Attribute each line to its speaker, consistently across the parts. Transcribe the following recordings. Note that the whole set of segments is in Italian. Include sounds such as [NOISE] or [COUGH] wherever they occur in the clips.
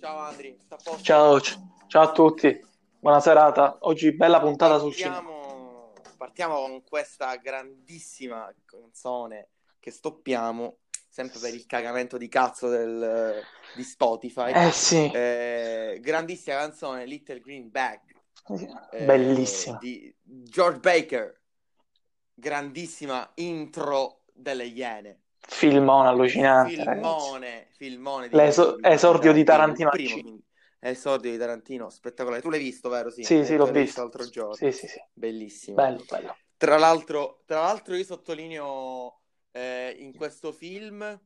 Speaker 1: Ciao Andri, sta a posto?
Speaker 2: Ciao, c- ciao a tutti, buona serata. Oggi bella puntata sul cinema.
Speaker 1: Partiamo, partiamo con questa grandissima canzone che stoppiamo, sempre per il cagamento di cazzo del- di Spotify.
Speaker 2: Eh sì,
Speaker 1: Eh, grandissima canzone Little Green Bag eh,
Speaker 2: bellissima.
Speaker 1: di George Baker grandissima intro delle Iene
Speaker 2: Filmone allucinante. ragazzi.
Speaker 1: filmone filmone
Speaker 2: L'eso- esordio di Tarantino
Speaker 1: il
Speaker 2: al
Speaker 1: primo,
Speaker 2: cinema.
Speaker 1: quindi. esordio di Tarantino spettacolare tu l'hai visto vero? Sì,
Speaker 2: Sì,
Speaker 1: Eh,
Speaker 2: sì,
Speaker 1: tu
Speaker 2: l'ho
Speaker 1: l'hai
Speaker 2: visto.
Speaker 1: l'altro giorno
Speaker 2: Sì, sì, sì.
Speaker 1: bellissimo
Speaker 2: Bello, bello.
Speaker 1: tra l'altro, tra l'altro io sottolineo eh, in questo film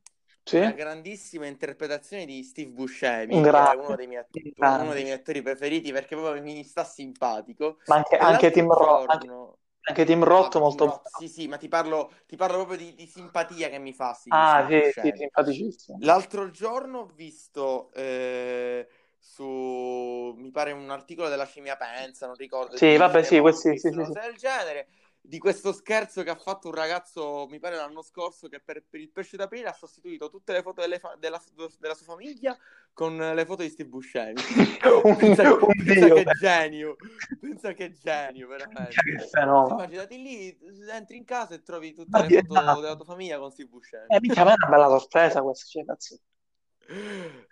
Speaker 2: Sì?
Speaker 1: una grandissima interpretazione di Steve Buscemi,
Speaker 2: Un
Speaker 1: che
Speaker 2: grande.
Speaker 1: è uno dei, miei att-
Speaker 2: Un grande.
Speaker 1: uno dei miei attori preferiti perché proprio mi sta simpatico.
Speaker 2: Ma anche,
Speaker 1: E
Speaker 2: anche
Speaker 1: l'altro
Speaker 2: Tim Ro- anche,
Speaker 1: giorno-
Speaker 2: anche Tim Roth
Speaker 1: Ah,
Speaker 2: molto
Speaker 1: Tim Roth, sì, sì, ma ti parlo, ti parlo proprio di, di simpatia che mi fa sì, cioè,
Speaker 2: Ah,
Speaker 1: Steve
Speaker 2: sì, sì,
Speaker 1: Buscemi.
Speaker 2: simpaticissimo.
Speaker 1: L'altro giorno ho visto eh, su, mi pare un articolo della Scimmia Pensa, non ricordo,
Speaker 2: Sì,
Speaker 1: di
Speaker 2: vabbè, sì, questi,
Speaker 1: Cinemontis,
Speaker 2: sì, sì,
Speaker 1: una
Speaker 2: sì.
Speaker 1: cosa del genere, di questo scherzo che ha fatto un ragazzo, mi pare l'anno scorso, che per, per il pesce d'aprile ha sostituito tutte le foto delle fa- della, della sua famiglia con le foto di Steve Buscemi.
Speaker 2: [LAUGHS] Un,
Speaker 1: Pensa,
Speaker 2: un
Speaker 1: pensa
Speaker 2: dio,
Speaker 1: che
Speaker 2: beh.
Speaker 1: genio, pensa che genio,
Speaker 2: Cioè, che
Speaker 1: veramente. Ti
Speaker 2: fenomeno.
Speaker 1: immaginati lì, entri in casa e trovi tutte le
Speaker 2: Infatti,
Speaker 1: foto
Speaker 2: esatto.
Speaker 1: della tua famiglia con Steve Buscemi.
Speaker 2: Eh, minchia, ma è una bella sorpresa questa, cioè, cazzo.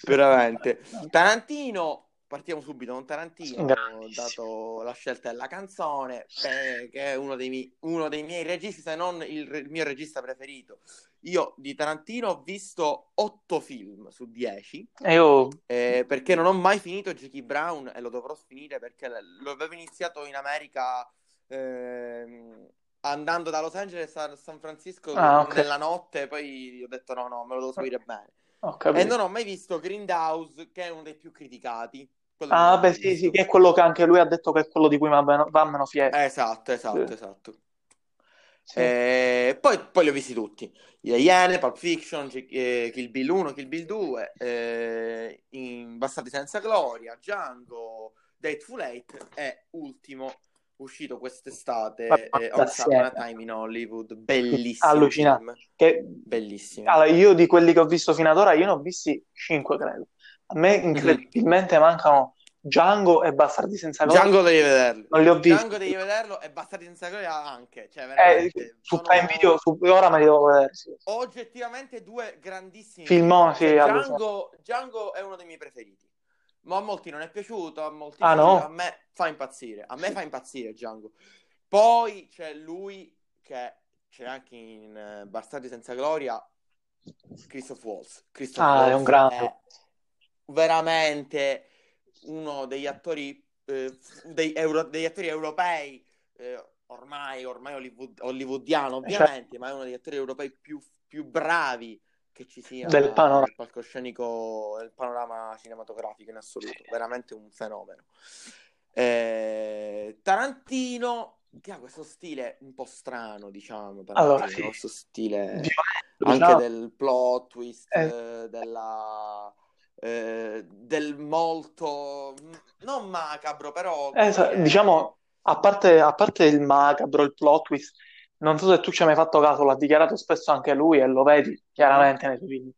Speaker 1: Veramente. Tarantino, partiamo subito con Tarantino,
Speaker 2: Grandissimo.
Speaker 1: dato la scelta della canzone, eh, che è uno dei, mi- uno dei miei registi, se non il, re- il mio regista preferito. Io di Tarantino ho visto 8 film su 10,
Speaker 2: E io...
Speaker 1: eh, perché non ho mai finito Jackie Brown e lo dovrò finire perché l- lo avevo iniziato in America ehm, andando da Los Angeles a San Francisco
Speaker 2: Ah, ok, Ah.
Speaker 1: nella notte, poi ho detto no, no, me lo devo seguire bene.
Speaker 2: ho
Speaker 1: E
Speaker 2: capito.
Speaker 1: Eh, non ho mai visto Grindhouse, che è uno dei più criticati. Quello non
Speaker 2: Ah,
Speaker 1: l'ho
Speaker 2: beh,
Speaker 1: mai
Speaker 2: sì, sì,
Speaker 1: visto.
Speaker 2: che è quello che anche lui ha detto che è quello di cui vammeno, vammeno fiero.
Speaker 1: Esatto, esatto,
Speaker 2: Sì,
Speaker 1: esatto.
Speaker 2: sì.
Speaker 1: E poi, poi li ho visti tutti. Le Iene, Pulp Fiction, G- eh, Kill Bill 1, Kill Bill 2, eh, in Bastardi senza gloria, Django, Dateful Eight e ultimo uscito quest'estate,
Speaker 2: Mamma
Speaker 1: eh, Once
Speaker 2: mia,
Speaker 1: Upon a
Speaker 2: assieme.
Speaker 1: Time in Hollywood.
Speaker 2: Sì,
Speaker 1: Bellissimo
Speaker 2: Allucinante.
Speaker 1: film,
Speaker 2: Che-
Speaker 1: bellissimo.
Speaker 2: allora, io di quelli che ho visto fino ad ora, io ne ho visti 5, credo. A me
Speaker 1: Mhm.
Speaker 2: incredibilmente mancano Django e Bastardi senza gloria.
Speaker 1: Django devi vederlo.
Speaker 2: Non li ho visti.
Speaker 1: Django devi vederlo e Bastardi senza gloria anche, cioè
Speaker 2: Eh,
Speaker 1: veramente
Speaker 2: su Prime Video,
Speaker 1: sono
Speaker 2: su, ora me li devo vedere. Sì.
Speaker 1: oggettivamente due grandissimi film.
Speaker 2: Filmone, sì,
Speaker 1: Cioè
Speaker 2: allucinante.
Speaker 1: Django, Django è uno dei miei preferiti. Ma a molti non è piaciuto, a molti
Speaker 2: Ah,
Speaker 1: sì, a
Speaker 2: no?
Speaker 1: me fa impazzire, a me fa impazzire Django. Poi c'è lui che c'è anche in eh, Bastardi senza gloria, Christoph Waltz. Christoph
Speaker 2: Ah, è un
Speaker 1: Waltz
Speaker 2: grande.
Speaker 1: è veramente uno degli attori, eh, dei euro- degli attori europei, eh, ormai, ormai Hollywood- hollywoodiano
Speaker 2: Eh, cioè,
Speaker 1: ovviamente, ma è uno degli attori europei più, più bravi che ci
Speaker 2: del
Speaker 1: sia
Speaker 2: panorama.
Speaker 1: nel palcoscenico, nel panorama cinematografico in assoluto, veramente un fenomeno. Eh, Tarantino, che ha questo stile un po' strano, diciamo,
Speaker 2: Allora,
Speaker 1: Tarantino,
Speaker 2: sì.
Speaker 1: questo stile
Speaker 2: Violento,
Speaker 1: eh, anche
Speaker 2: no?
Speaker 1: del plot twist,
Speaker 2: Eh,
Speaker 1: eh, della, eh, del molto, non macabro, però
Speaker 2: Eh,
Speaker 1: come
Speaker 2: sa-
Speaker 1: dire,
Speaker 2: diciamo, a parte, a parte il macabro, il plot twist, non so se tu ci hai mai fatto caso, l'ha dichiarato spesso anche lui e lo vedi
Speaker 1: Mhm.
Speaker 2: chiaramente nei suoi film.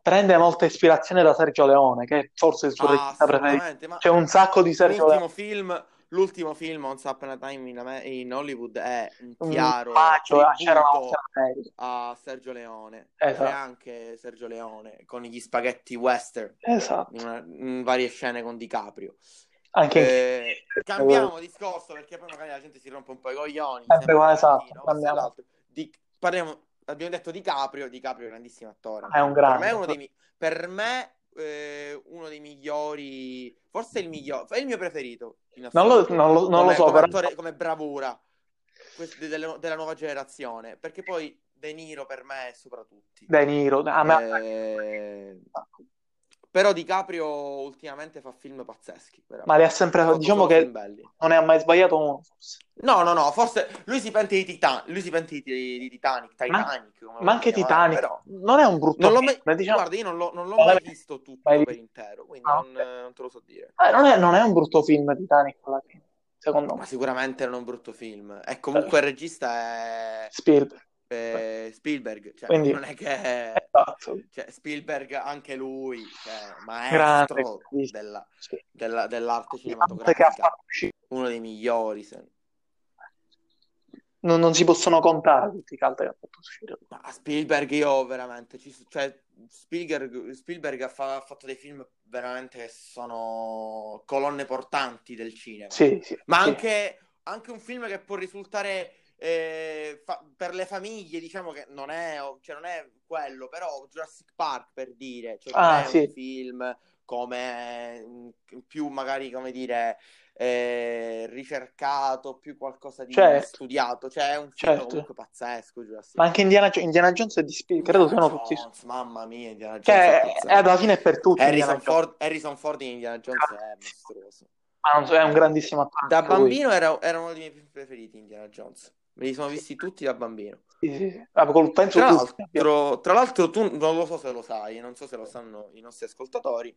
Speaker 2: Prende molta ispirazione da Sergio Leone, che è forse il suo
Speaker 1: Ah,
Speaker 2: regista preferito.
Speaker 1: assolutamente, ma
Speaker 2: C'è un sacco di Sergio Leone,
Speaker 1: l'ultimo film, l'ultimo film, Once Upon a Time in, Amer- in Hollywood, è un
Speaker 2: un
Speaker 1: chiaro
Speaker 2: bacio, ah, c'era una
Speaker 1: tributo
Speaker 2: volta in America.
Speaker 1: a Sergio Leone. C'è
Speaker 2: Esatto,
Speaker 1: anche Sergio Leone con gli spaghetti western in,
Speaker 2: esatto.
Speaker 1: una- in varie scene con DiCaprio.
Speaker 2: Anche in
Speaker 1: Eh, cambiamo discorso perché poi magari la gente si rompe un po' i coglioni,
Speaker 2: Sempre
Speaker 1: sempre
Speaker 2: con esatto,
Speaker 1: Tarantino, questo e
Speaker 2: cambiamo.
Speaker 1: l'altro. Di- parliamo, abbiamo detto DiCaprio, DiCaprio è un grandissimo attore.
Speaker 2: Ah, è un
Speaker 1: Per me è
Speaker 2: grande.
Speaker 1: uno dei, mi- per me, eh, uno dei migliori, forse il migliore, è il mio preferito in
Speaker 2: Non lo,
Speaker 1: assoluto,
Speaker 2: non lo- non lo
Speaker 1: come,
Speaker 2: so,
Speaker 1: come
Speaker 2: però
Speaker 1: attore, come bravura quest- delle- della nuova generazione, perché poi De Niro per me è sopra tutti.
Speaker 2: De Niro, a me...
Speaker 1: Eh, però DiCaprio ultimamente fa film pazzeschi,
Speaker 2: Ma li ha
Speaker 1: veramente. Ha
Speaker 2: sempre,
Speaker 1: fatto
Speaker 2: diciamo
Speaker 1: solo film
Speaker 2: che
Speaker 1: belli.
Speaker 2: non ne ha mai sbagliato uno, forse.
Speaker 1: No, no, no, forse lui si pente di Titan- lui si pente di, di Titanic,
Speaker 2: Ma,
Speaker 1: Titanic, come lo
Speaker 2: ma
Speaker 1: vogliamo
Speaker 2: anche
Speaker 1: chiamare,
Speaker 2: Titanic
Speaker 1: però
Speaker 2: non è un brutto
Speaker 1: non l'ho mai,
Speaker 2: film, diciamo,
Speaker 1: guarda, io non l'ho, non l'ho
Speaker 2: non
Speaker 1: mai
Speaker 2: l'è
Speaker 1: visto
Speaker 2: mai
Speaker 1: tutto per
Speaker 2: visto.
Speaker 1: intero, quindi
Speaker 2: Ah,
Speaker 1: non,
Speaker 2: ok.
Speaker 1: non te lo so dire.
Speaker 2: Eh, non è, non è un brutto film Titanic alla fine, secondo
Speaker 1: Ma sicuramente non è un brutto film. E comunque
Speaker 2: me.
Speaker 1: il regista è
Speaker 2: Spielberg.
Speaker 1: eh, Spielberg, cioè,
Speaker 2: Quindi-
Speaker 1: non è che
Speaker 2: Esatto.
Speaker 1: cioè, Spielberg anche lui, cioè,
Speaker 2: Grande,
Speaker 1: maestro
Speaker 2: sì.
Speaker 1: della-
Speaker 2: Sì.
Speaker 1: della- dell'arte
Speaker 2: Che ha
Speaker 1: cinematografica,
Speaker 2: fatto uscire.
Speaker 1: uno dei migliori. se-
Speaker 2: Non, non si possono contare tutti i cult che ha fatto uscire.
Speaker 1: Ma a Spielberg io veramente, ci- cioè, Spielberg, Spielberg ha, fa- ha fatto dei film veramente che sono colonne portanti del cinema.
Speaker 2: Sì, sì,
Speaker 1: ma
Speaker 2: sì.
Speaker 1: anche, anche un film che può risultare eh, fa- per le famiglie, diciamo che non è, cioè, non è quello, però Jurassic Park per dire, cioè, non
Speaker 2: Ah,
Speaker 1: è
Speaker 2: sì.
Speaker 1: un film come mh, più magari come dire eh, ricercato, più qualcosa di
Speaker 2: Certo.
Speaker 1: studiato, cioè è un film
Speaker 2: Certo.
Speaker 1: comunque pazzesco Jurassic
Speaker 2: Ma anche Indiana, Jo- Indiana Jones e di Spielberg, credo
Speaker 1: Indiana
Speaker 2: siano tutti...
Speaker 1: Jones, mamma mia, Indiana
Speaker 2: Che
Speaker 1: Jones è
Speaker 2: è,
Speaker 1: pazzesco.
Speaker 2: è Cioè, eh, alla fine è per tutti Indiana
Speaker 1: Harrison,
Speaker 2: Jones,
Speaker 1: Ford, Harrison Ford in Indiana Jones è mostruoso.
Speaker 2: ma non so, è un grandissimo attore
Speaker 1: Da
Speaker 2: anche lui.
Speaker 1: bambino era, era uno dei miei film preferiti, Indiana Jones. Me li sono visti tutti da bambino.
Speaker 2: Sì, sì, sì. Ah, col- penso
Speaker 1: Tra
Speaker 2: tu sappia.
Speaker 1: l'altro, tra l'altro tu non lo so se lo sai, non so se lo sanno i nostri ascoltatori.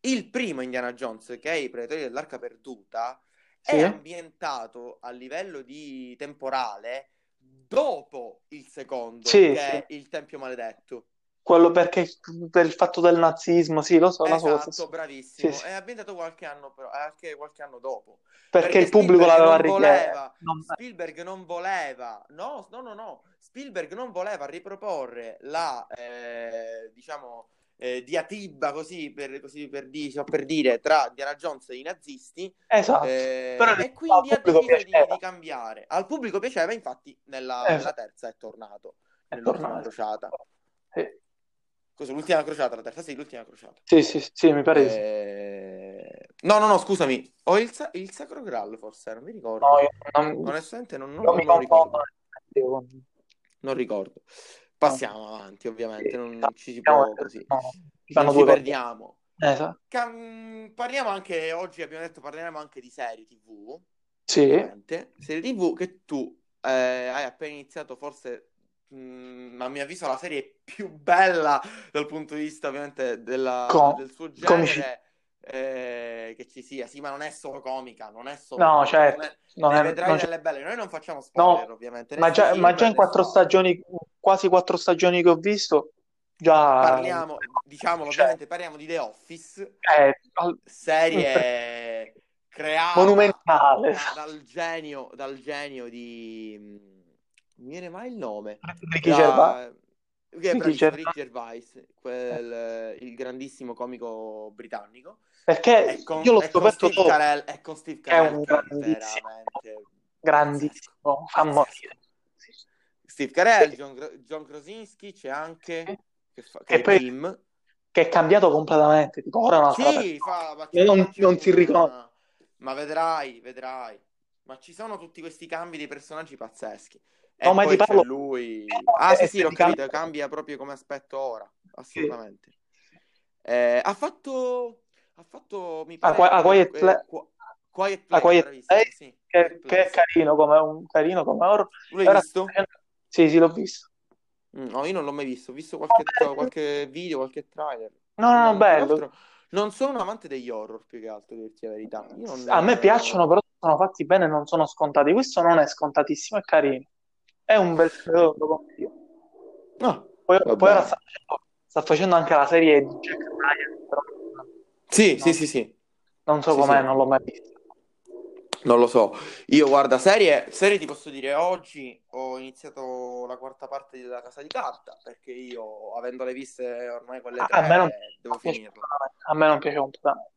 Speaker 1: Il primo Indiana Jones, che è I Predatori dell'Arca Perduta,
Speaker 2: Sì.
Speaker 1: è ambientato a livello di temporale dopo il secondo,
Speaker 2: Sì,
Speaker 1: che
Speaker 2: sì.
Speaker 1: è Il Tempio Maledetto.
Speaker 2: Quello perché per il fatto del nazismo, sì, lo so, la so, la so,
Speaker 1: Esatto, bravissimo.
Speaker 2: Sì, sì.
Speaker 1: È ambientato qualche anno, però, eh, anche qualche anno dopo.
Speaker 2: perché,
Speaker 1: perché
Speaker 2: il pubblico
Speaker 1: Spielberg
Speaker 2: l'aveva
Speaker 1: non
Speaker 2: richiesto.
Speaker 1: voleva-
Speaker 2: Non-
Speaker 1: Spielberg non voleva, no, no, no, no. Spielberg non voleva riproporre la, eh, diciamo, eh, diatriba così per, così per di- so per dire tra Diana Jones e i nazisti,
Speaker 2: Esatto,
Speaker 1: eh,
Speaker 2: Però
Speaker 1: e quindi ha
Speaker 2: al pubblico
Speaker 1: deciso di-
Speaker 2: piaceva.
Speaker 1: di, cambiare. Al pubblico piaceva, infatti, nella,
Speaker 2: Eh,
Speaker 1: nella terza è tornato,
Speaker 2: è
Speaker 1: nell'ultima
Speaker 2: tornato.
Speaker 1: crociata.
Speaker 2: Sì,
Speaker 1: Cos'è, l'ultima crociata? La terza, sì, l'ultima crociata.
Speaker 2: sì, sì, sì, mi pare di sì.
Speaker 1: Eh, No, no, no, scusami, ho il, sa- il Sacro Graal forse, non mi ricordo.
Speaker 2: No, io non,
Speaker 1: Onestamente non, non-
Speaker 2: non mi
Speaker 1: non ricordo,
Speaker 2: confondo. nel-
Speaker 1: non ricordo. Passiamo avanti, ovviamente, non non ci si
Speaker 2: No,
Speaker 1: può così.
Speaker 2: ci
Speaker 1: Non
Speaker 2: fanno
Speaker 1: ci
Speaker 2: diciamo due
Speaker 1: perdiamo.
Speaker 2: cose. Esatto.
Speaker 1: Cam- Parliamo anche, oggi abbiamo detto, parleremo anche di serie TV,
Speaker 2: Sì,
Speaker 1: ovviamente. Serie TV che tu eh, hai appena iniziato, forse, mh, a mio avviso, la serie più bella dal punto di vista, ovviamente, della-
Speaker 2: Co-
Speaker 1: del suo
Speaker 2: comici-
Speaker 1: genere. eh, che ci sia, sì, ma non è solo comica, non è solo
Speaker 2: no,
Speaker 1: comica,
Speaker 2: certo,
Speaker 1: non è-
Speaker 2: non
Speaker 1: ne
Speaker 2: è-
Speaker 1: vedrai
Speaker 2: non c'è-
Speaker 1: delle belle. Noi non facciamo spoiler, ovviamente. né
Speaker 2: ma
Speaker 1: sui
Speaker 2: già,
Speaker 1: film,
Speaker 2: ma già
Speaker 1: né
Speaker 2: in
Speaker 1: su
Speaker 2: quattro
Speaker 1: altro.
Speaker 2: stagioni, quasi quattro stagioni che ho visto, già
Speaker 1: Parliamo, diciamolo
Speaker 2: cioè,
Speaker 1: ovviamente, parliamo di The Office,
Speaker 2: è al- [LAUGHS]
Speaker 1: serie creata
Speaker 2: monumentale.
Speaker 1: da- Ah, dal genio, dal genio di... Non mi viene mai il nome.
Speaker 2: Ricky Gervais,
Speaker 1: Da... Che è
Speaker 2: Ricky
Speaker 1: bravissimo,
Speaker 2: Gervais,
Speaker 1: Rick Gervais, quel- il grandissimo comico britannico.
Speaker 2: perché
Speaker 1: E con,
Speaker 2: Eh, io l'ho
Speaker 1: e con
Speaker 2: scoperto
Speaker 1: Steve
Speaker 2: dopo,
Speaker 1: Carell, e con Steve
Speaker 2: è
Speaker 1: Carell
Speaker 2: un
Speaker 1: che è
Speaker 2: grandissimo,
Speaker 1: veramente pazzesco.
Speaker 2: grandissimo, fa
Speaker 1: Pazzesco.
Speaker 2: morire. Sì, sì.
Speaker 1: Steve Carell, John, Gro- John Krasinski, c'è anche che, fa, che
Speaker 2: E
Speaker 1: è
Speaker 2: poi
Speaker 1: Jim.
Speaker 2: che è cambiato completamente, tipo ora è un'altra
Speaker 1: Sì,
Speaker 2: persona.
Speaker 1: fa, ma
Speaker 2: E
Speaker 1: c'è, ma
Speaker 2: Non,
Speaker 1: c'è
Speaker 2: non si riconosce.
Speaker 1: una... Ma vedrai, vedrai. Ma ci sono tutti questi cambi dei personaggi pazzeschi.
Speaker 2: No,
Speaker 1: E
Speaker 2: ma
Speaker 1: poi
Speaker 2: ti
Speaker 1: c'è
Speaker 2: parlo Eh,
Speaker 1: lui... Ah, sì, sì, l'ho capito,
Speaker 2: esteticamente.
Speaker 1: cambia proprio come aspetto ora,
Speaker 2: Sì.
Speaker 1: assolutamente. Eh, ha fatto... Ha fatto, mi
Speaker 2: A, Qui-
Speaker 1: pare,
Speaker 2: a Quiet Pla-
Speaker 1: eh, Qu- Quiet
Speaker 2: a
Speaker 1: Place,
Speaker 2: Quiet
Speaker 1: bravissimo,
Speaker 2: Place,
Speaker 1: sì, Quiet
Speaker 2: che, che
Speaker 1: Place.
Speaker 2: è carino come, un, carino come oro.
Speaker 1: Tu l'hai
Speaker 2: E ora-
Speaker 1: visto?
Speaker 2: Sì, sì, l'ho visto.
Speaker 1: Mm, No, io non l'ho mai visto. Ho visto qualche, tra- qualche video, qualche trailer.
Speaker 2: No, no, no,
Speaker 1: Non, più che
Speaker 2: Ah, bello.
Speaker 1: Mm, altro, non sono un amante degli horror, più che altro, per dirti la verità. Io
Speaker 2: A me piacciono,
Speaker 1: non...
Speaker 2: però sono fatti bene e non sono scontati. Questo non è scontatissimo, è carino. È un bel film, lo consiglio.
Speaker 1: No,
Speaker 2: Poi,
Speaker 1: va
Speaker 2: poi ora sta
Speaker 1: bene.
Speaker 2: facendo, sta facendo anche la serie di Jack Ryan, però
Speaker 1: Sì, sì,
Speaker 2: non,
Speaker 1: sì, sì.
Speaker 2: non so
Speaker 1: Sì,
Speaker 2: com'è,
Speaker 1: sì.
Speaker 2: non l'ho mai visto.
Speaker 1: Non lo so. Io, guarda, serie, serie ti posso dire, oggi ho iniziato la quarta parte della Casa di Carta, perché io, avendole viste ormai quelle
Speaker 2: A me Ah, non
Speaker 1: tre, devo
Speaker 2: piace
Speaker 1: finirla.
Speaker 2: completamente. A me non piace completamente.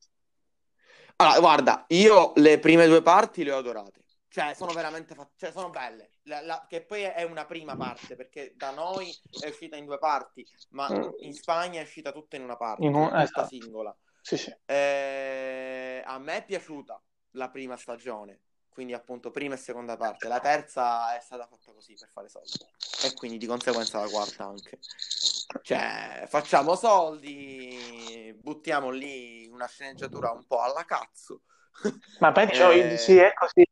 Speaker 1: Allora, guarda, io le prime due parti le ho adorate. Cioè, sono veramente fa- cioè, sono belle. La- la- Che poi è una prima parte, perché da noi è uscita in due parti, ma in Spagna è uscita tutta in una parte,
Speaker 2: Mm. In un-
Speaker 1: tutta
Speaker 2: esatto.
Speaker 1: singola.
Speaker 2: Sì, sì.
Speaker 1: Eh, a me è piaciuta la prima stagione, quindi appunto prima e seconda parte. La terza è stata fatta così per fare soldi. E quindi di conseguenza la quarta anche. Cioè, facciamo soldi, buttiamo lì una sceneggiatura un po' alla cazzo. [LAUGHS]
Speaker 2: Ma poi diciamo, io- sì,
Speaker 1: Eh,
Speaker 2: è così.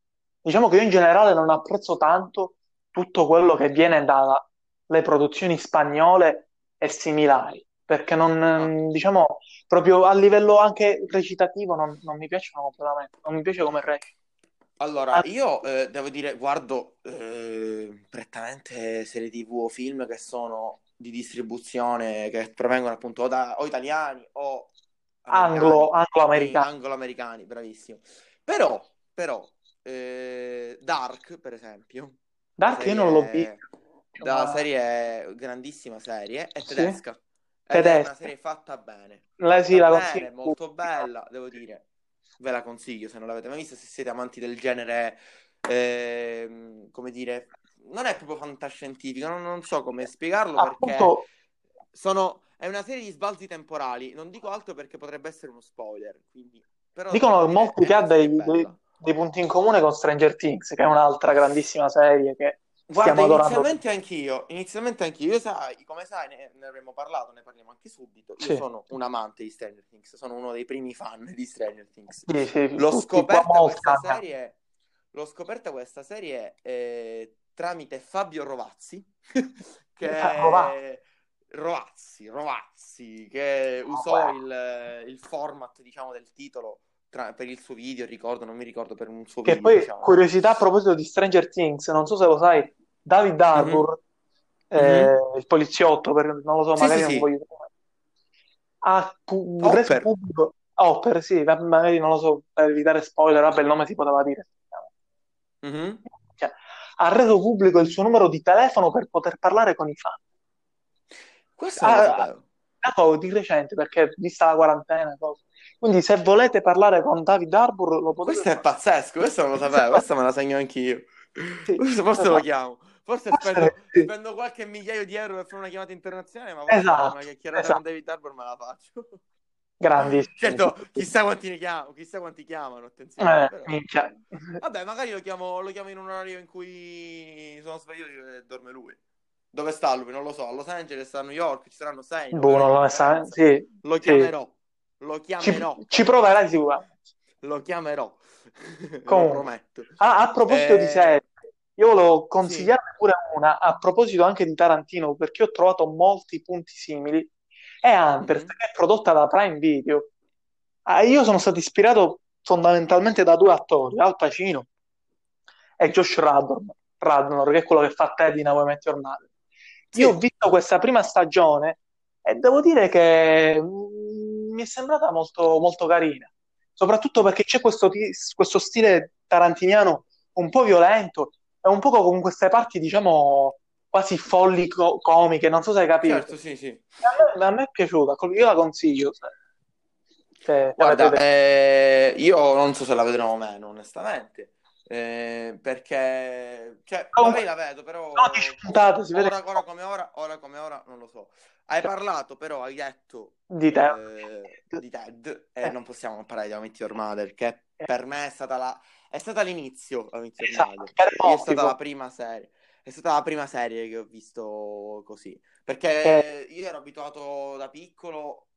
Speaker 2: Diciamo che io in generale non apprezzo tanto tutto quello che viene dalle produzioni spagnole e similari, perché
Speaker 1: ah,
Speaker 2: non, diciamo, proprio a livello anche recitativo non, non mi piacciono completamente, non mi piace come recita.
Speaker 1: Allora, io eh, devo dire, guardo eh, prettamente serie TV o film che sono di distribuzione, che provengono appunto o, da, o italiani o Ah,
Speaker 2: Anglo,
Speaker 1: americani.
Speaker 2: anglo-americano.
Speaker 1: Anglo-americani, bravissimo. Però, però, eh, Dark, per esempio,
Speaker 2: Dark io non l'ho visto.
Speaker 1: da
Speaker 2: ma
Speaker 1: serie, grandissima serie, è
Speaker 2: Sì?
Speaker 1: tedesca. Ed è
Speaker 2: Tedesca.
Speaker 1: una serie fatta bene.
Speaker 2: La, sì, la
Speaker 1: Fatta
Speaker 2: consiglio.
Speaker 1: bene, molto bella, devo dire. Ve la consiglio se non l'avete mai vista, se siete amanti del genere, ehm, come dire, non è proprio fantascientifico, non, non so come spiegarlo perché
Speaker 2: Ah, Appunto,
Speaker 1: sono, è una serie di sbalzi temporali. Non dico altro perché potrebbe essere uno spoiler, quindi, però devo
Speaker 2: dicono
Speaker 1: dire,
Speaker 2: molti
Speaker 1: è
Speaker 2: che ha
Speaker 1: una
Speaker 2: dei,
Speaker 1: serie
Speaker 2: dei-
Speaker 1: bella.
Speaker 2: dei punti in comune con Stranger Things, che è un'altra grandissima serie che
Speaker 1: Guarda,
Speaker 2: stiamo adorando tutti.
Speaker 1: inizialmente anch'io, inizialmente anch'io, io sai, come sai, ne, ne avremmo parlato, ne parliamo anche subito. Io
Speaker 2: Sì,
Speaker 1: sono un amante di Stranger Things, sono uno dei primi fan di Stranger Things.
Speaker 2: sì, sì,
Speaker 1: L'ho
Speaker 2: tutti qua eh.
Speaker 1: scoperta
Speaker 2: molti
Speaker 1: questa
Speaker 2: hanno-
Speaker 1: serie, l'ho scoperta questa serie eh, tramite Fabio Rovazzi, [LAUGHS]
Speaker 2: Ah, Rovazzi.
Speaker 1: che Rovazzi, Rovazzi, che usò
Speaker 2: Wow.
Speaker 1: il, il format, diciamo, del titolo tra- per il suo video, ricordo, non mi ricordo per un suo
Speaker 2: Che
Speaker 1: video,
Speaker 2: poi,
Speaker 1: diciamo.
Speaker 2: curiosità a proposito di Stranger Things, non so se lo sai, David
Speaker 1: Mhm,
Speaker 2: Harbour, eh,
Speaker 1: mhm.
Speaker 2: il poliziotto, per- non lo
Speaker 1: Sì,
Speaker 2: so,
Speaker 1: sì,
Speaker 2: magari non
Speaker 1: sì.
Speaker 2: voglio ha pu- reso
Speaker 1: Hopper.
Speaker 2: pubblico Hopper, sì, ma- magari non lo so, per evitare spoiler, vabbè, il nome si poteva dire. diciamo.
Speaker 1: Mhm.
Speaker 2: Cioè, ha reso pubblico il suo numero di telefono per poter parlare con i fan.
Speaker 1: Questo non lo
Speaker 2: Ha, ha-
Speaker 1: sapevo.
Speaker 2: dato di recente, perché vista la quarantena, cosa. Quindi se volete parlare con David Harbour, lo potete
Speaker 1: Questo è
Speaker 2: fare.
Speaker 1: pazzesco, questo non lo
Speaker 2: Questo è
Speaker 1: sapevo, questo me la segno anch'io.
Speaker 2: Esatto.
Speaker 1: Questo
Speaker 2: Sì, questo
Speaker 1: forse
Speaker 2: è
Speaker 1: lo
Speaker 2: fatto.
Speaker 1: chiamo. Forse
Speaker 2: Forse-
Speaker 1: spendo,
Speaker 2: sì.
Speaker 1: spendo qualche migliaio di euro per fare una chiamata internazionale, ma forse una
Speaker 2: Esatto,
Speaker 1: chiacchierata con
Speaker 2: esatto.
Speaker 1: David Harbour me la faccio.
Speaker 2: Grandissimi, sì,
Speaker 1: Certo, chissà quanti ne chiamo, chissà quanti chiamano, attenzione,
Speaker 2: Eh,
Speaker 1: però.
Speaker 2: minchia.
Speaker 1: Vabbè, magari lo chiamo, lo chiamo in un orario in cui sono sveglio e dorme lui. Dove sta lui? Non lo so. A Los Angeles, a New York, ci saranno 6-9
Speaker 2: Boh,
Speaker 1: ore
Speaker 2: non
Speaker 1: di
Speaker 2: lo sa.
Speaker 1: differenza.
Speaker 2: Sì,
Speaker 1: Lo
Speaker 2: sì.
Speaker 1: chiamerò. Lo
Speaker 2: Ci,
Speaker 1: chiamerò,
Speaker 2: ci
Speaker 1: Fabio
Speaker 2: proverai
Speaker 1: Rovazzi.
Speaker 2: sicuramente.
Speaker 1: Lo chiamerò. [LAUGHS] Lo
Speaker 2: Comunque,
Speaker 1: prometto.
Speaker 2: ah, a proposito di
Speaker 1: Eh,
Speaker 2: serie, io volevo
Speaker 1: sì.
Speaker 2: consigliarne pure una, a proposito anche di Tarantino, perché ho trovato molti punti simili, è Hunters,
Speaker 1: Mhm.
Speaker 2: che è prodotta da Prime Video. Ah, io sono stato ispirato fondamentalmente da due attori, Al Pacino e Josh Radnor, Radnor, che è quello che fa Ted in How I Met Your Mother. Io ho
Speaker 1: Sì.
Speaker 2: visto questa prima stagione e devo dire che mm, mi è sembrata molto, molto carina, soprattutto
Speaker 1: Mhm.
Speaker 2: perché c'è questo, ti- questo stile tarantiniano un po' violento e un po' con queste parti, diciamo, quasi folli co- comiche, non so se hai capito.
Speaker 1: Certo, sì, sì.
Speaker 2: E A me, a me è piaciuta, col- io la consiglio se, se- se la
Speaker 1: Guarda, eh,
Speaker 2: potete.
Speaker 1: io non so se la vedrò o meno, onestamente, Eh, perché, cioè, magari
Speaker 2: Comunque,
Speaker 1: la vedo,
Speaker 2: sono 10
Speaker 1: però
Speaker 2: puntate, si vede
Speaker 1: ora,
Speaker 2: che
Speaker 1: ora come ora, ora come ora, non lo so. Hai
Speaker 2: cioè,
Speaker 1: parlato, però, hai detto
Speaker 2: di te.
Speaker 1: eh, di Ted, e
Speaker 2: Eh,
Speaker 1: non possiamo non parlare di How I Met Your Mother, che
Speaker 2: eh,
Speaker 1: per me è stata la, è stata l'inizio, How I Met Your
Speaker 2: esatto,
Speaker 1: Mother.
Speaker 2: che era
Speaker 1: Io eh, è stata la
Speaker 2: ottimo,
Speaker 1: prima serie, è stata la prima serie che ho visto così,
Speaker 2: che-
Speaker 1: perché io ero abituato da piccolo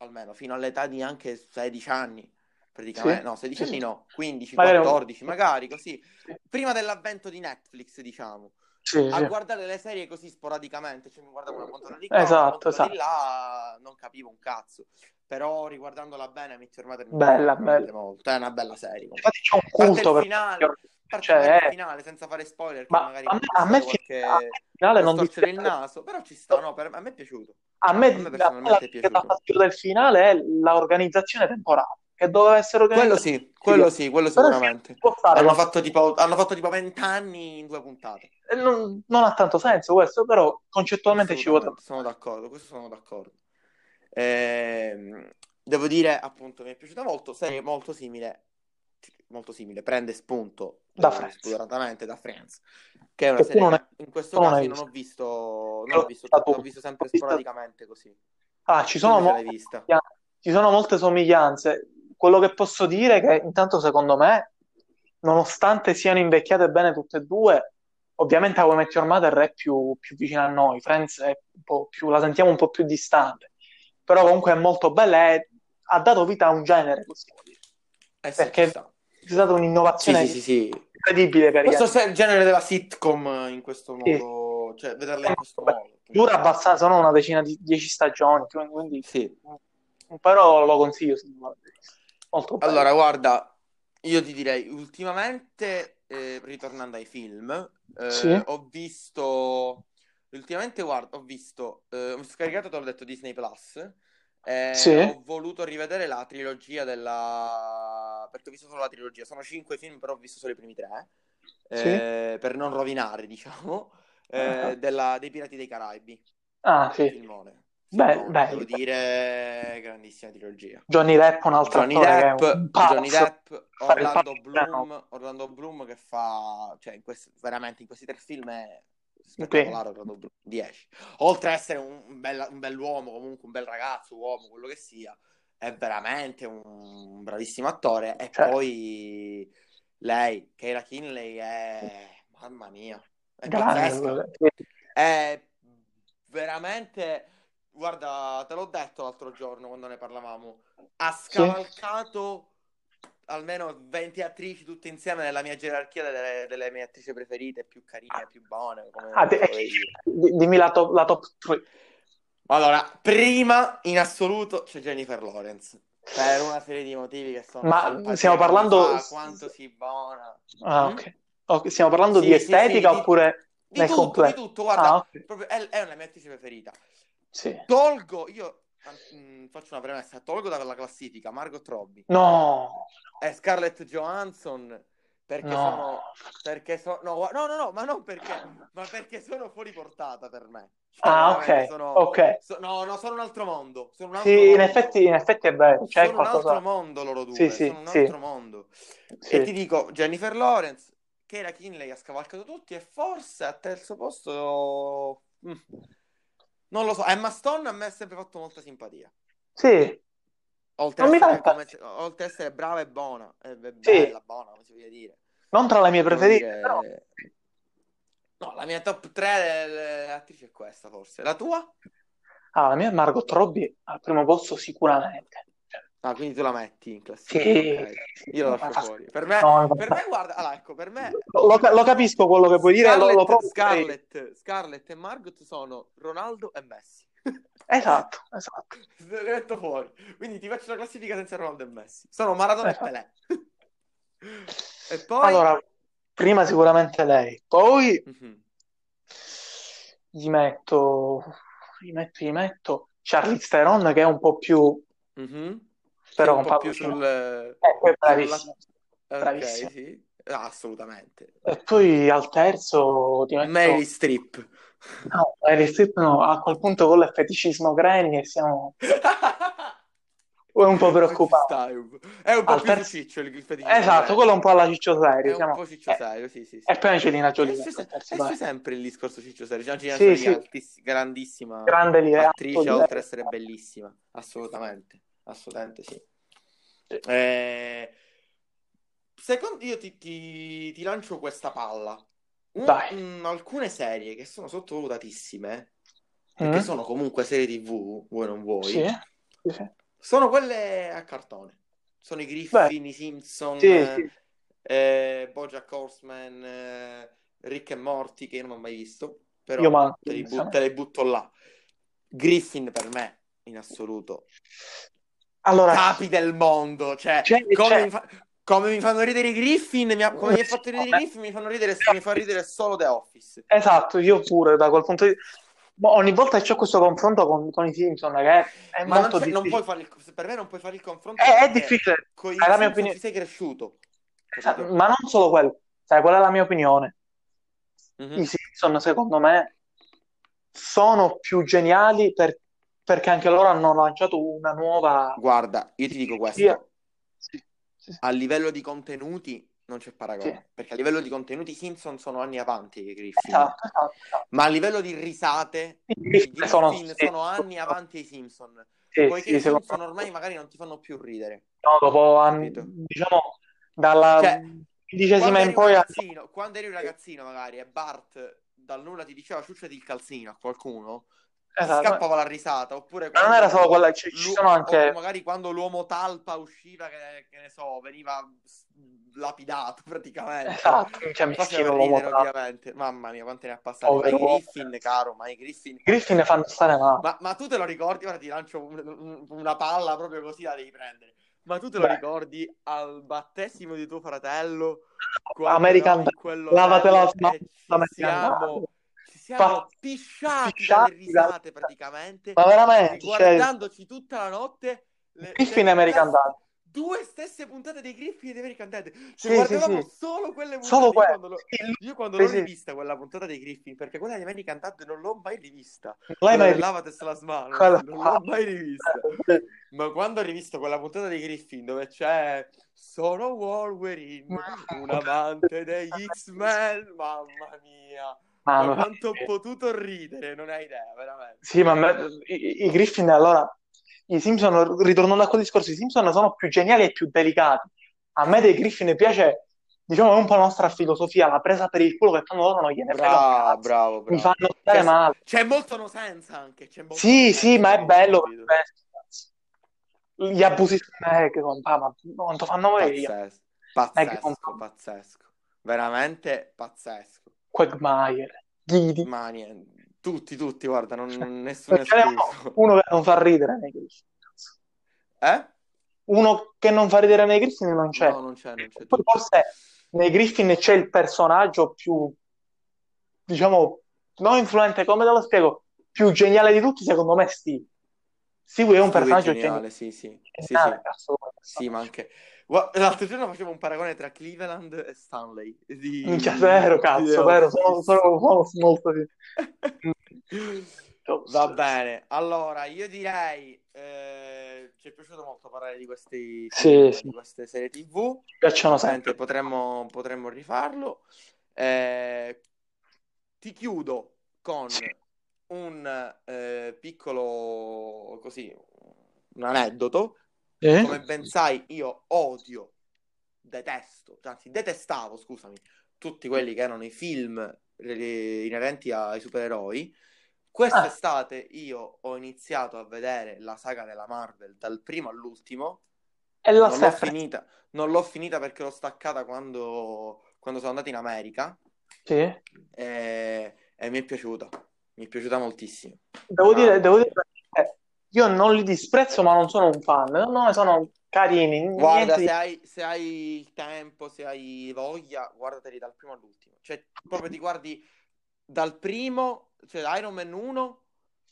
Speaker 1: almeno fino all'età di anche 16 anni,
Speaker 2: sì,
Speaker 1: praticamente, no, 16
Speaker 2: sì,
Speaker 1: anni
Speaker 2: sì.
Speaker 1: no, 15,
Speaker 2: Magari un-
Speaker 1: 14, magari così,
Speaker 2: sì,
Speaker 1: prima dell'avvento di Netflix, diciamo,
Speaker 2: sì,
Speaker 1: a
Speaker 2: sì.
Speaker 1: guardare le serie così sporadicamente, cioè mi guardavo una puntata di qua, una
Speaker 2: Esatto,
Speaker 1: puntata di
Speaker 2: esatto.
Speaker 1: là, non capivo un cazzo, però riguardandola bene, How I Met Your Mother mi è piaciuta
Speaker 2: Bella, bella.
Speaker 1: veramente molto, è una bella serie comunque.
Speaker 2: Infatti c'è un
Speaker 1: A parte il
Speaker 2: culto per
Speaker 1: finale, a parte magari
Speaker 2: cioè,
Speaker 1: il
Speaker 2: eh,
Speaker 1: finale, senza fare spoiler, che
Speaker 2: ma
Speaker 1: magari
Speaker 2: a me,
Speaker 1: può
Speaker 2: a me
Speaker 1: destare
Speaker 2: il fi- a me
Speaker 1: qualche...
Speaker 2: il finale
Speaker 1: può
Speaker 2: non
Speaker 1: storcere il
Speaker 2: dispiace.
Speaker 1: naso, però ci sta, no, per- a me è piaciuto,
Speaker 2: A me,
Speaker 1: a me
Speaker 2: a me la
Speaker 1: personalmente è
Speaker 2: la
Speaker 1: piaciuto.
Speaker 2: fattura del finale è l'organizzazione temporale, che doveva essere
Speaker 1: Quello
Speaker 2: organizzata
Speaker 1: sì,
Speaker 2: meglio,
Speaker 1: quello sì, quello
Speaker 2: però si
Speaker 1: sicuramente.
Speaker 2: può fare
Speaker 1: Hanno
Speaker 2: con
Speaker 1: fatto tipo, hanno fatto tipo 20 anni in due puntate.
Speaker 2: Eh, Non, non ha tanto senso questo, però concettualmente ci vuole
Speaker 1: Assolutamente, sono
Speaker 2: tanto
Speaker 1: d'accordo, questo sono d'accordo. Ehm, devo dire, appunto, mi è piaciuta molto, serie molto simile, molto simile, prende spunto
Speaker 2: da
Speaker 1: eh,
Speaker 2: Friends,
Speaker 1: spudoratamente da Friends, che è una
Speaker 2: che tu
Speaker 1: serie
Speaker 2: non hai,
Speaker 1: che in questo
Speaker 2: tu non
Speaker 1: caso
Speaker 2: hai
Speaker 1: io non ho
Speaker 2: visto.
Speaker 1: visto, non
Speaker 2: Io
Speaker 1: l'ho visto
Speaker 2: l'ho vista
Speaker 1: tutta, l'ho
Speaker 2: tutta.
Speaker 1: visto
Speaker 2: L'ho
Speaker 1: sempre
Speaker 2: vista-
Speaker 1: sporadicamente così.
Speaker 2: Ah, ci
Speaker 1: Tu
Speaker 2: sono
Speaker 1: invece l'hai
Speaker 2: molte
Speaker 1: vista.
Speaker 2: somiglianze. Ci sono molte somiglianze. Quello che posso dire è che intanto secondo me, nonostante siano invecchiate bene tutte e due, ovviamente How I Met Your Mother è più, più vicina a noi, Friends è un po' più- la sentiamo un po' più distante, però comunque è molto bella e ha dato vita a un genere, possiamo dire,
Speaker 1: Eh sì, ci
Speaker 2: perché
Speaker 1: sta.
Speaker 2: c'è stata
Speaker 1: Sì, sì,
Speaker 2: un'innovazione
Speaker 1: sì, sì.
Speaker 2: incredibile per gli
Speaker 1: Questo
Speaker 2: anni.
Speaker 1: è il genere della sitcom eh, in questo
Speaker 2: Sì.
Speaker 1: modo, cioè vederla in questo modo, appunto.
Speaker 2: Dura abbastanza, sono una decina di dieci stagioni, quindi mm,
Speaker 1: Sì.
Speaker 2: però lo consiglio se non l'avete visto. Molto bello.
Speaker 1: Allora, guarda, Io ti direi, ultimamente, eh, ritornando ai film, eh,
Speaker 2: Sì.
Speaker 1: ho visto... Ultimamente, guarda, ho visto... eh, ho scaricato, te l'ho detto, Disney+. Plus, e
Speaker 2: Sì.
Speaker 1: Ho voluto rivedere la trilogia della... Perché ho visto solo la trilogia. Sono cinque film, però ho visto solo i primi tre. eh, Per non rovinare, [LAUGHS] diciamo, eh,
Speaker 2: Ah.
Speaker 1: della- dei Pirati dei Caraibi.
Speaker 2: Ah, sì.
Speaker 1: Filmone.
Speaker 2: Beh,
Speaker 1: Filmone,
Speaker 2: bello.
Speaker 1: Devo dire, grandissima trilogia.
Speaker 2: Johnny Depp, un altro
Speaker 1: Johnny
Speaker 2: attore
Speaker 1: Depp,
Speaker 2: che è un pazzo.
Speaker 1: Johnny Depp,
Speaker 2: Fare il
Speaker 1: Orlando
Speaker 2: pazzo,
Speaker 1: Bloom, Orlando Bloom che fa, cioè in questi- veramente in questi tre film è spettacolare Orlando Bloom, 10. Oltre ad essere un, un bella- un bell'uomo, comunque un bel ragazzo, uomo, quello che sia, è veramente un, un bravissimo attore e
Speaker 2: Certo.
Speaker 1: poi lei, Keira Kinley è mamma mia, è pazzesca.
Speaker 2: Grande.
Speaker 1: È veramente, guarda, te l'ho detto l'altro giorno quando ne parlavamo, ha scavalcato almeno 20 attrici tutte insieme nella mia gerarchia delle, delle mie attrici preferite, più carine, più buone. come
Speaker 2: Ah, te-
Speaker 1: vuoi dire.
Speaker 2: Di- Dimmi la top, la top 3.
Speaker 1: Allora, prima in assoluto c'è Jennifer Lawrence. Per una serie di motivi che sono.
Speaker 2: Ma
Speaker 1: soltanto
Speaker 2: stiamo
Speaker 1: che mi
Speaker 2: parlando-
Speaker 1: fa quanto si buona.
Speaker 2: Ah,
Speaker 1: Mm?
Speaker 2: ok. Ok, stiamo parlando
Speaker 1: Sì, sì,
Speaker 2: di estetica
Speaker 1: sì, di-
Speaker 2: oppure
Speaker 1: Di
Speaker 2: nel
Speaker 1: tutto,
Speaker 2: completo?
Speaker 1: di tutto, guarda,
Speaker 2: Ah, ok.
Speaker 1: proprio- è, è una mia attrice preferita.
Speaker 2: Sì.
Speaker 1: Tolgo, io mm, faccio una premessa, tolgo dalla classifica Margot Robbie
Speaker 2: No,
Speaker 1: e Scarlett Johansson perché sono...
Speaker 2: no.
Speaker 1: Perché so- no, gua- no, no, no, ma non perché, ma perché sono fuori portata per me. Cioè,
Speaker 2: Ah,
Speaker 1: veramente
Speaker 2: ok,
Speaker 1: sono-
Speaker 2: ok.
Speaker 1: so- no, no, sono un altro mondo. Sono un altro
Speaker 2: Sì, in
Speaker 1: mondo.
Speaker 2: effetti, in effetti è vero, c'è
Speaker 1: Sono un
Speaker 2: qualcosa...
Speaker 1: altro mondo loro due,
Speaker 2: Sì, sì,
Speaker 1: sono un
Speaker 2: sì.
Speaker 1: altro mondo.
Speaker 2: Sì.
Speaker 1: E ti dico, Jennifer Lawrence, Keira Kinley ha scavalcato tutti e forse a terzo posto... mm, Non lo so, Emma Stone a me ha sempre fatto molta simpatia.
Speaker 2: Sì,
Speaker 1: Oltre a
Speaker 2: Non mi
Speaker 1: essere,
Speaker 2: dà-
Speaker 1: come- oltre a essere brava e buona, è
Speaker 2: Sì.
Speaker 1: bella, buona, come si vuole dire.
Speaker 2: non tra le mie
Speaker 1: Devo
Speaker 2: preferite,
Speaker 1: dire-
Speaker 2: però...
Speaker 1: No, la mia top 3 delle attrici è questa, forse. La tua?
Speaker 2: Ah, la mia Margot Robbie al primo posto sicuramente.
Speaker 1: Ah, quindi tu la metti in classifica.
Speaker 2: Sì,
Speaker 1: ok. Io la lascio
Speaker 2: Fa-
Speaker 1: fuori. Per me,
Speaker 2: no, fa-
Speaker 1: per me guarda, allora, ecco, per me...
Speaker 2: Lo, lo capisco quello che vuoi dire, lo, lo
Speaker 1: Scarlett,
Speaker 2: provo.
Speaker 1: Scarlett, Scarlett e Margot sono Ronaldo e Messi. [LAUGHS]
Speaker 2: Esatto, esatto.
Speaker 1: L'ho detto fuori. Quindi ti faccio la classifica senza Ronaldo e Messi. Sono Maradona e
Speaker 2: Ecco.
Speaker 1: Pelé. [LAUGHS] E poi...
Speaker 2: Allora, prima sicuramente lei, poi
Speaker 1: Mhm.
Speaker 2: gli metto, gli metto, gli metto Charlize Theron che è un po' più,
Speaker 1: Mhm.
Speaker 2: però
Speaker 1: Sì, un
Speaker 2: con
Speaker 1: po' più
Speaker 2: Pacino.
Speaker 1: sul...
Speaker 2: Eh, poi è
Speaker 1: sulla-
Speaker 2: bravissima,
Speaker 1: Ok,
Speaker 2: bravissima.
Speaker 1: sì. Ah, assolutamente.
Speaker 2: E poi al terzo ti metto,
Speaker 1: Mary Strip.
Speaker 2: no, Meryl Streep no, a quel punto con il feticismo Granny e siamo
Speaker 1: [LAUGHS]
Speaker 2: un po'
Speaker 1: Ci
Speaker 2: preoccupati.
Speaker 1: stai un po'. È un po'
Speaker 2: Al
Speaker 1: più
Speaker 2: terzo-
Speaker 1: ciccio il, il feticismo
Speaker 2: Esatto, quello è un po' alla Ciccio
Speaker 1: È
Speaker 2: Serio,
Speaker 1: un
Speaker 2: siamo...
Speaker 1: po' ciccio
Speaker 2: eh,
Speaker 1: serio, sì, sì, eh, sì.
Speaker 2: E poi Angelina Jolie,
Speaker 1: E c'è,
Speaker 2: ecco, il
Speaker 1: se-
Speaker 2: terzo,
Speaker 1: e c'è
Speaker 2: dai.
Speaker 1: sempre il discorso ciccio serio. C'è Angelina
Speaker 2: Sì,
Speaker 1: Jolie,
Speaker 2: sì.
Speaker 1: altiss- grandissima
Speaker 2: Grande lì, è alto
Speaker 1: attrice,
Speaker 2: di
Speaker 1: oltre ad essere
Speaker 2: lei.
Speaker 1: bellissima. Assolutamente, assolutamente sì.
Speaker 2: Sì.
Speaker 1: Eh, secondo io ti, ti- ti lancio questa palla. Un-
Speaker 2: Dai.
Speaker 1: mm, alcune serie che sono sottovalutatissime, perché
Speaker 2: Mm?
Speaker 1: sono comunque serie TV, vuoi non
Speaker 2: Sì.
Speaker 1: vuoi,
Speaker 2: Sì, sì.
Speaker 1: sono quelle a cartone. Sono i
Speaker 2: Beh,
Speaker 1: Griffin, i Simpson,
Speaker 2: sì, sì.
Speaker 1: eh, Bojack Horseman, eh, Rick e Morty, che io non ho mai visto,
Speaker 2: Io
Speaker 1: però
Speaker 2: manco,
Speaker 1: te li, bu- te
Speaker 2: onestamente.
Speaker 1: li butto là. Griffin per me, in assoluto,
Speaker 2: Allora,
Speaker 1: capi del mondo, cioè,
Speaker 2: c'è,
Speaker 1: come
Speaker 2: c'è.
Speaker 1: mi, fa- come mi fanno ridere i Griffin, mi ha- come mi ha fatto ridere i Griffin, mi fanno ridere, mi fa ridere solo The Office.
Speaker 2: Esatto, io pure da quel punto di vista. Ma ogni volta che c'ho questo confronto con, con i Simpson, che è, è
Speaker 1: Ma non,
Speaker 2: molto
Speaker 1: c'è- non puoi
Speaker 2: difficile.
Speaker 1: fare il, per me non puoi fare il confronto
Speaker 2: È, è
Speaker 1: perché
Speaker 2: difficile,
Speaker 1: con
Speaker 2: è
Speaker 1: i
Speaker 2: la mia
Speaker 1: Simpson ci
Speaker 2: opinione.
Speaker 1: sei cresciuto,
Speaker 2: Esatto,
Speaker 1: capito?
Speaker 2: Ma non solo quello, sai, qual è la mia opinione? I
Speaker 1: Mhm.
Speaker 2: Simpson, secondo me, sono più geniali per- perché anche loro hanno lanciato una nuova
Speaker 1: Guarda, io ti dico
Speaker 2: Sì,
Speaker 1: questo,
Speaker 2: sì, sì,
Speaker 1: a livello di contenuti non c'è
Speaker 2: sì.
Speaker 1: paragone, perché a livello di contenuti i Simpson sono anni avanti che i Griffin,
Speaker 2: Esatto, esatto, esatto.
Speaker 1: ma a livello di risate
Speaker 2: I
Speaker 1: i
Speaker 2: Griffin sono
Speaker 1: Griffin sono anni avanti ai Simpson,
Speaker 2: sì,
Speaker 1: poiché
Speaker 2: sì,
Speaker 1: i
Speaker 2: secondo
Speaker 1: Simpson ormai
Speaker 2: me,
Speaker 1: magari non ti fanno più ridere,
Speaker 2: no, dopo anni,
Speaker 1: capito?
Speaker 2: diciamo dalla
Speaker 1: Cioè,
Speaker 2: quindicesima
Speaker 1: quando
Speaker 2: in
Speaker 1: eri un
Speaker 2: poi, a-
Speaker 1: ragazzino, quando eri un ragazzino magari e Bart dal nulla ti diceva ciucciati il calzino a qualcuno, ti
Speaker 2: esatto.
Speaker 1: scappava la risata, oppure
Speaker 2: Ma non era solo
Speaker 1: quando
Speaker 2: quella, ci, ci
Speaker 1: l'u-
Speaker 2: sono
Speaker 1: o
Speaker 2: anche
Speaker 1: magari quando l'uomo talpa usciva che, che ne so, veniva s- lapidato [LAUGHS] praticamente.
Speaker 2: esatto, minchia,
Speaker 1: Faceva
Speaker 2: meschino l'uomo
Speaker 1: ridere
Speaker 2: tra
Speaker 1: ovviamente. Mamma mia, quante ne ha passate. Ma
Speaker 2: povero
Speaker 1: i
Speaker 2: uomo.
Speaker 1: Griffin, caro, ma i Griffin
Speaker 2: I Griffin fanno stare male.
Speaker 1: ma, ma tu te lo ricordi? Ora ti lancio un- un- una palla proprio così, la devi prendere. Ma tu te lo
Speaker 2: Beh.
Speaker 1: ricordi al battesimo di tuo fratello?
Speaker 2: American Dad,
Speaker 1: quello
Speaker 2: lavatela la sua-
Speaker 1: ci
Speaker 2: American Dad.
Speaker 1: eh, siamo, ci siamo
Speaker 2: Pazzi-
Speaker 1: pisciati dalle
Speaker 2: pisciati
Speaker 1: risate praticamente,
Speaker 2: Ma veramente, cioè,
Speaker 1: guardandoci tutta la notte le-
Speaker 2: Griffin
Speaker 1: le-
Speaker 2: American Dad.
Speaker 1: due stesse puntate dei Griffin e dei American Dad. Cioè,
Speaker 2: Sì, sì,
Speaker 1: guardavamo
Speaker 2: sì.
Speaker 1: solo quelle puntate.
Speaker 2: Solo
Speaker 1: Io
Speaker 2: quello.
Speaker 1: quando l'ho-
Speaker 2: Sì, lui-
Speaker 1: Io quando
Speaker 2: Sì,
Speaker 1: l'ho
Speaker 2: sì.
Speaker 1: rivista quella puntata dei Griffin, perché quella di American Dad non l'ho mai rivista.
Speaker 2: L'hai mai
Speaker 1: Quella Lava la smano,
Speaker 2: Quella-
Speaker 1: non l'ho mai rivista. Ma quando ho rivisto quella puntata dei Griffin dove c'è Sono Wolverine, un amante degli X-Men, mamma mia.
Speaker 2: Ah,
Speaker 1: Ma
Speaker 2: ma-
Speaker 1: quanto ho potuto ridere, non hai idea, veramente.
Speaker 2: Sì, ma me- i, i Griffin allora, i Simpson, ritornando a quel discorso, i Simpson sono più geniali e più delicati. A me dei Griffin piace, diciamo, è un po' la nostra filosofia, la presa per il culo che fanno loro non gliene frega un
Speaker 1: Bravo,
Speaker 2: cazzo,
Speaker 1: Ah, bravo,
Speaker 2: mi
Speaker 1: bravo.
Speaker 2: fanno stare
Speaker 1: Cioè,
Speaker 2: male.
Speaker 1: C'è molto no sense anche, c'è molto
Speaker 2: Sì,
Speaker 1: no
Speaker 2: sì,
Speaker 1: sense,
Speaker 2: ma è bello per
Speaker 1: capito?
Speaker 2: questo, cazzo. Gli abusi eh, che sono, ah, ma quanto fanno morire?
Speaker 1: Pazzesco,
Speaker 2: Eh, che sono
Speaker 1: pazzesco, pazzesco. Veramente pazzesco.
Speaker 2: Quagmire, Ghidi.
Speaker 1: Ma niente, tutti, tutti, guarda, non, nessuno
Speaker 2: Non
Speaker 1: è
Speaker 2: ce n'è
Speaker 1: escluso.
Speaker 2: uno che non fa ridere nei Griffin. cazzo.
Speaker 1: Eh?
Speaker 2: Uno che non fa ridere nei Griffin non c'è.
Speaker 1: No, non c'è, non c'è
Speaker 2: Poi
Speaker 1: tutto.
Speaker 2: forse nei Griffin c'è il personaggio più, diciamo, non influente, come te lo spiego, più geniale di tutti, secondo me, è Steve. Steve è
Speaker 1: Steve
Speaker 2: un
Speaker 1: è
Speaker 2: personaggio
Speaker 1: geniale, sì, sì, sì,
Speaker 2: geniale,
Speaker 1: sì.
Speaker 2: cazzo.
Speaker 1: Sì, ma anche... Gua- L'altro giorno facevo un paragone tra Cleveland e Stanley. Di...
Speaker 2: Minchia, vero,
Speaker 1: di
Speaker 2: cazzo,
Speaker 1: The
Speaker 2: vero, sono,
Speaker 1: Office.
Speaker 2: sono, sono molto...
Speaker 1: Va bene, allora io direi eh, ci è piaciuto molto parlare di questi
Speaker 2: Sì,
Speaker 1: film,
Speaker 2: sì.
Speaker 1: di queste serie TV.
Speaker 2: Mi piacciono
Speaker 1: Senti,
Speaker 2: sempre.
Speaker 1: potremmo, potremmo rifarlo. Eh, ti chiudo con
Speaker 2: Sì.
Speaker 1: un eh, piccolo così un aneddoto.
Speaker 2: Eh?
Speaker 1: Come ben sai, io odio, detesto, anzi detestavo, scusami, tutti quelli che erano i film eh, inerenti ai supereroi. Quest'estate io ho iniziato a vedere la saga della Marvel dal primo all'ultimo.
Speaker 2: E la
Speaker 1: Non l'ho
Speaker 2: Steph.
Speaker 1: finita, non l'ho finita perché l'ho staccata quando, quando sono andato in America
Speaker 2: Sì.
Speaker 1: e, e mi è piaciuta. Mi è piaciuta moltissimo.
Speaker 2: Devo dire,
Speaker 1: Mamma
Speaker 2: devo dire
Speaker 1: mia.
Speaker 2: che eh, io non li disprezzo, ma non sono un fan. No, no, sono carini,
Speaker 1: Guarda,
Speaker 2: niente di...
Speaker 1: se hai, se hai il tempo, se hai voglia, guardateli dal primo all'ultimo. Cioè, proprio ti guardi dal primo, cioè Iron Man 1,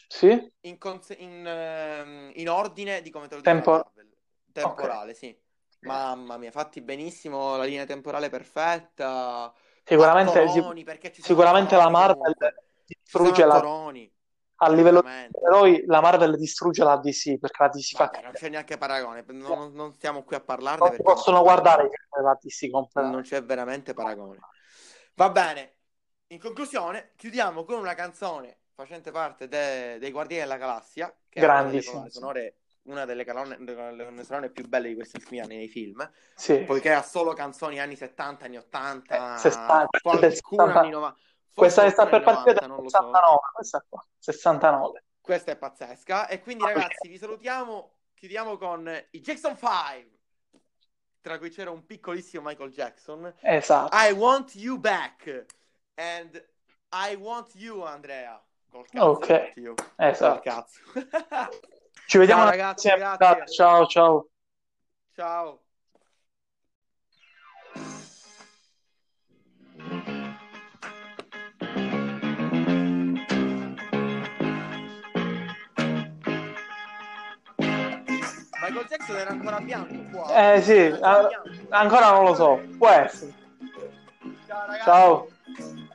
Speaker 2: Sì?
Speaker 1: in, cons- in, ehm, in ordine di come te lo dice
Speaker 2: Tempo-
Speaker 1: la Marvel. Temporale, sì. Mamma mia, fatti benissimo, la linea temporale perfetta.
Speaker 2: Sicuramente,
Speaker 1: attoroni, perché ci sono
Speaker 2: sicuramente la
Speaker 1: attoroni
Speaker 2: Marvel
Speaker 1: comunque. Ci sono
Speaker 2: distrugge la,
Speaker 1: attoroni,
Speaker 2: a livello di
Speaker 1: veramente.
Speaker 2: eroi, la Marvel distrugge la DC perché la DC fa
Speaker 1: Vabbè, non c'è neanche paragone, non, non- non stiamo qui a parlarne
Speaker 2: non si
Speaker 1: perché non
Speaker 2: possono
Speaker 1: c'è
Speaker 2: guardare i
Speaker 1: paragone.
Speaker 2: film della DC
Speaker 1: Non
Speaker 2: completamente.
Speaker 1: c'è veramente paragone. Va bene, in conclusione, chiudiamo con una canzone facente parte de- dei Guardiani della Galassia, che è una delle
Speaker 2: Grandissimo,
Speaker 1: colonne sonore, una delle calone- delle colonne sonore più belle di questi ultimi anni nei film,
Speaker 2: Sì,
Speaker 1: poiché ha solo canzoni anni 70, anni
Speaker 2: Eh,
Speaker 1: 80,
Speaker 2: 60, del
Speaker 1: qualcuna
Speaker 2: 60
Speaker 1: anni 90, forse
Speaker 2: questa sta
Speaker 1: qualcuna
Speaker 2: per
Speaker 1: anni
Speaker 2: partire dal
Speaker 1: 90, non lo so.
Speaker 2: 69, questa qua, 69.
Speaker 1: Questa è pazzesca. E
Speaker 2: Ah,
Speaker 1: quindi, ragazzi, vi salutiamo. Chiudiamo con i Jackson 5, tra cui c'era un piccolissimo Michael Jackson.
Speaker 2: Esatto.
Speaker 1: I want you back. And I want you, Andrea. Col cazzo,
Speaker 2: Ok,
Speaker 1: I want you. Col
Speaker 2: esatto.
Speaker 1: cazzo. [LAUGHS]
Speaker 2: Ci vediamo
Speaker 1: Ah, Ciao,
Speaker 2: alla
Speaker 1: ragazzi,
Speaker 2: prossima puntata.
Speaker 1: grazie.
Speaker 2: Ciao, ciao.
Speaker 1: Ciao. Michael Jackson era ancora bianco qua.
Speaker 2: Eh sì,
Speaker 1: Era ancora
Speaker 2: a-
Speaker 1: bianco.
Speaker 2: ancora non lo so, può essere.
Speaker 1: Ciao, ragazzi.
Speaker 2: Ciao.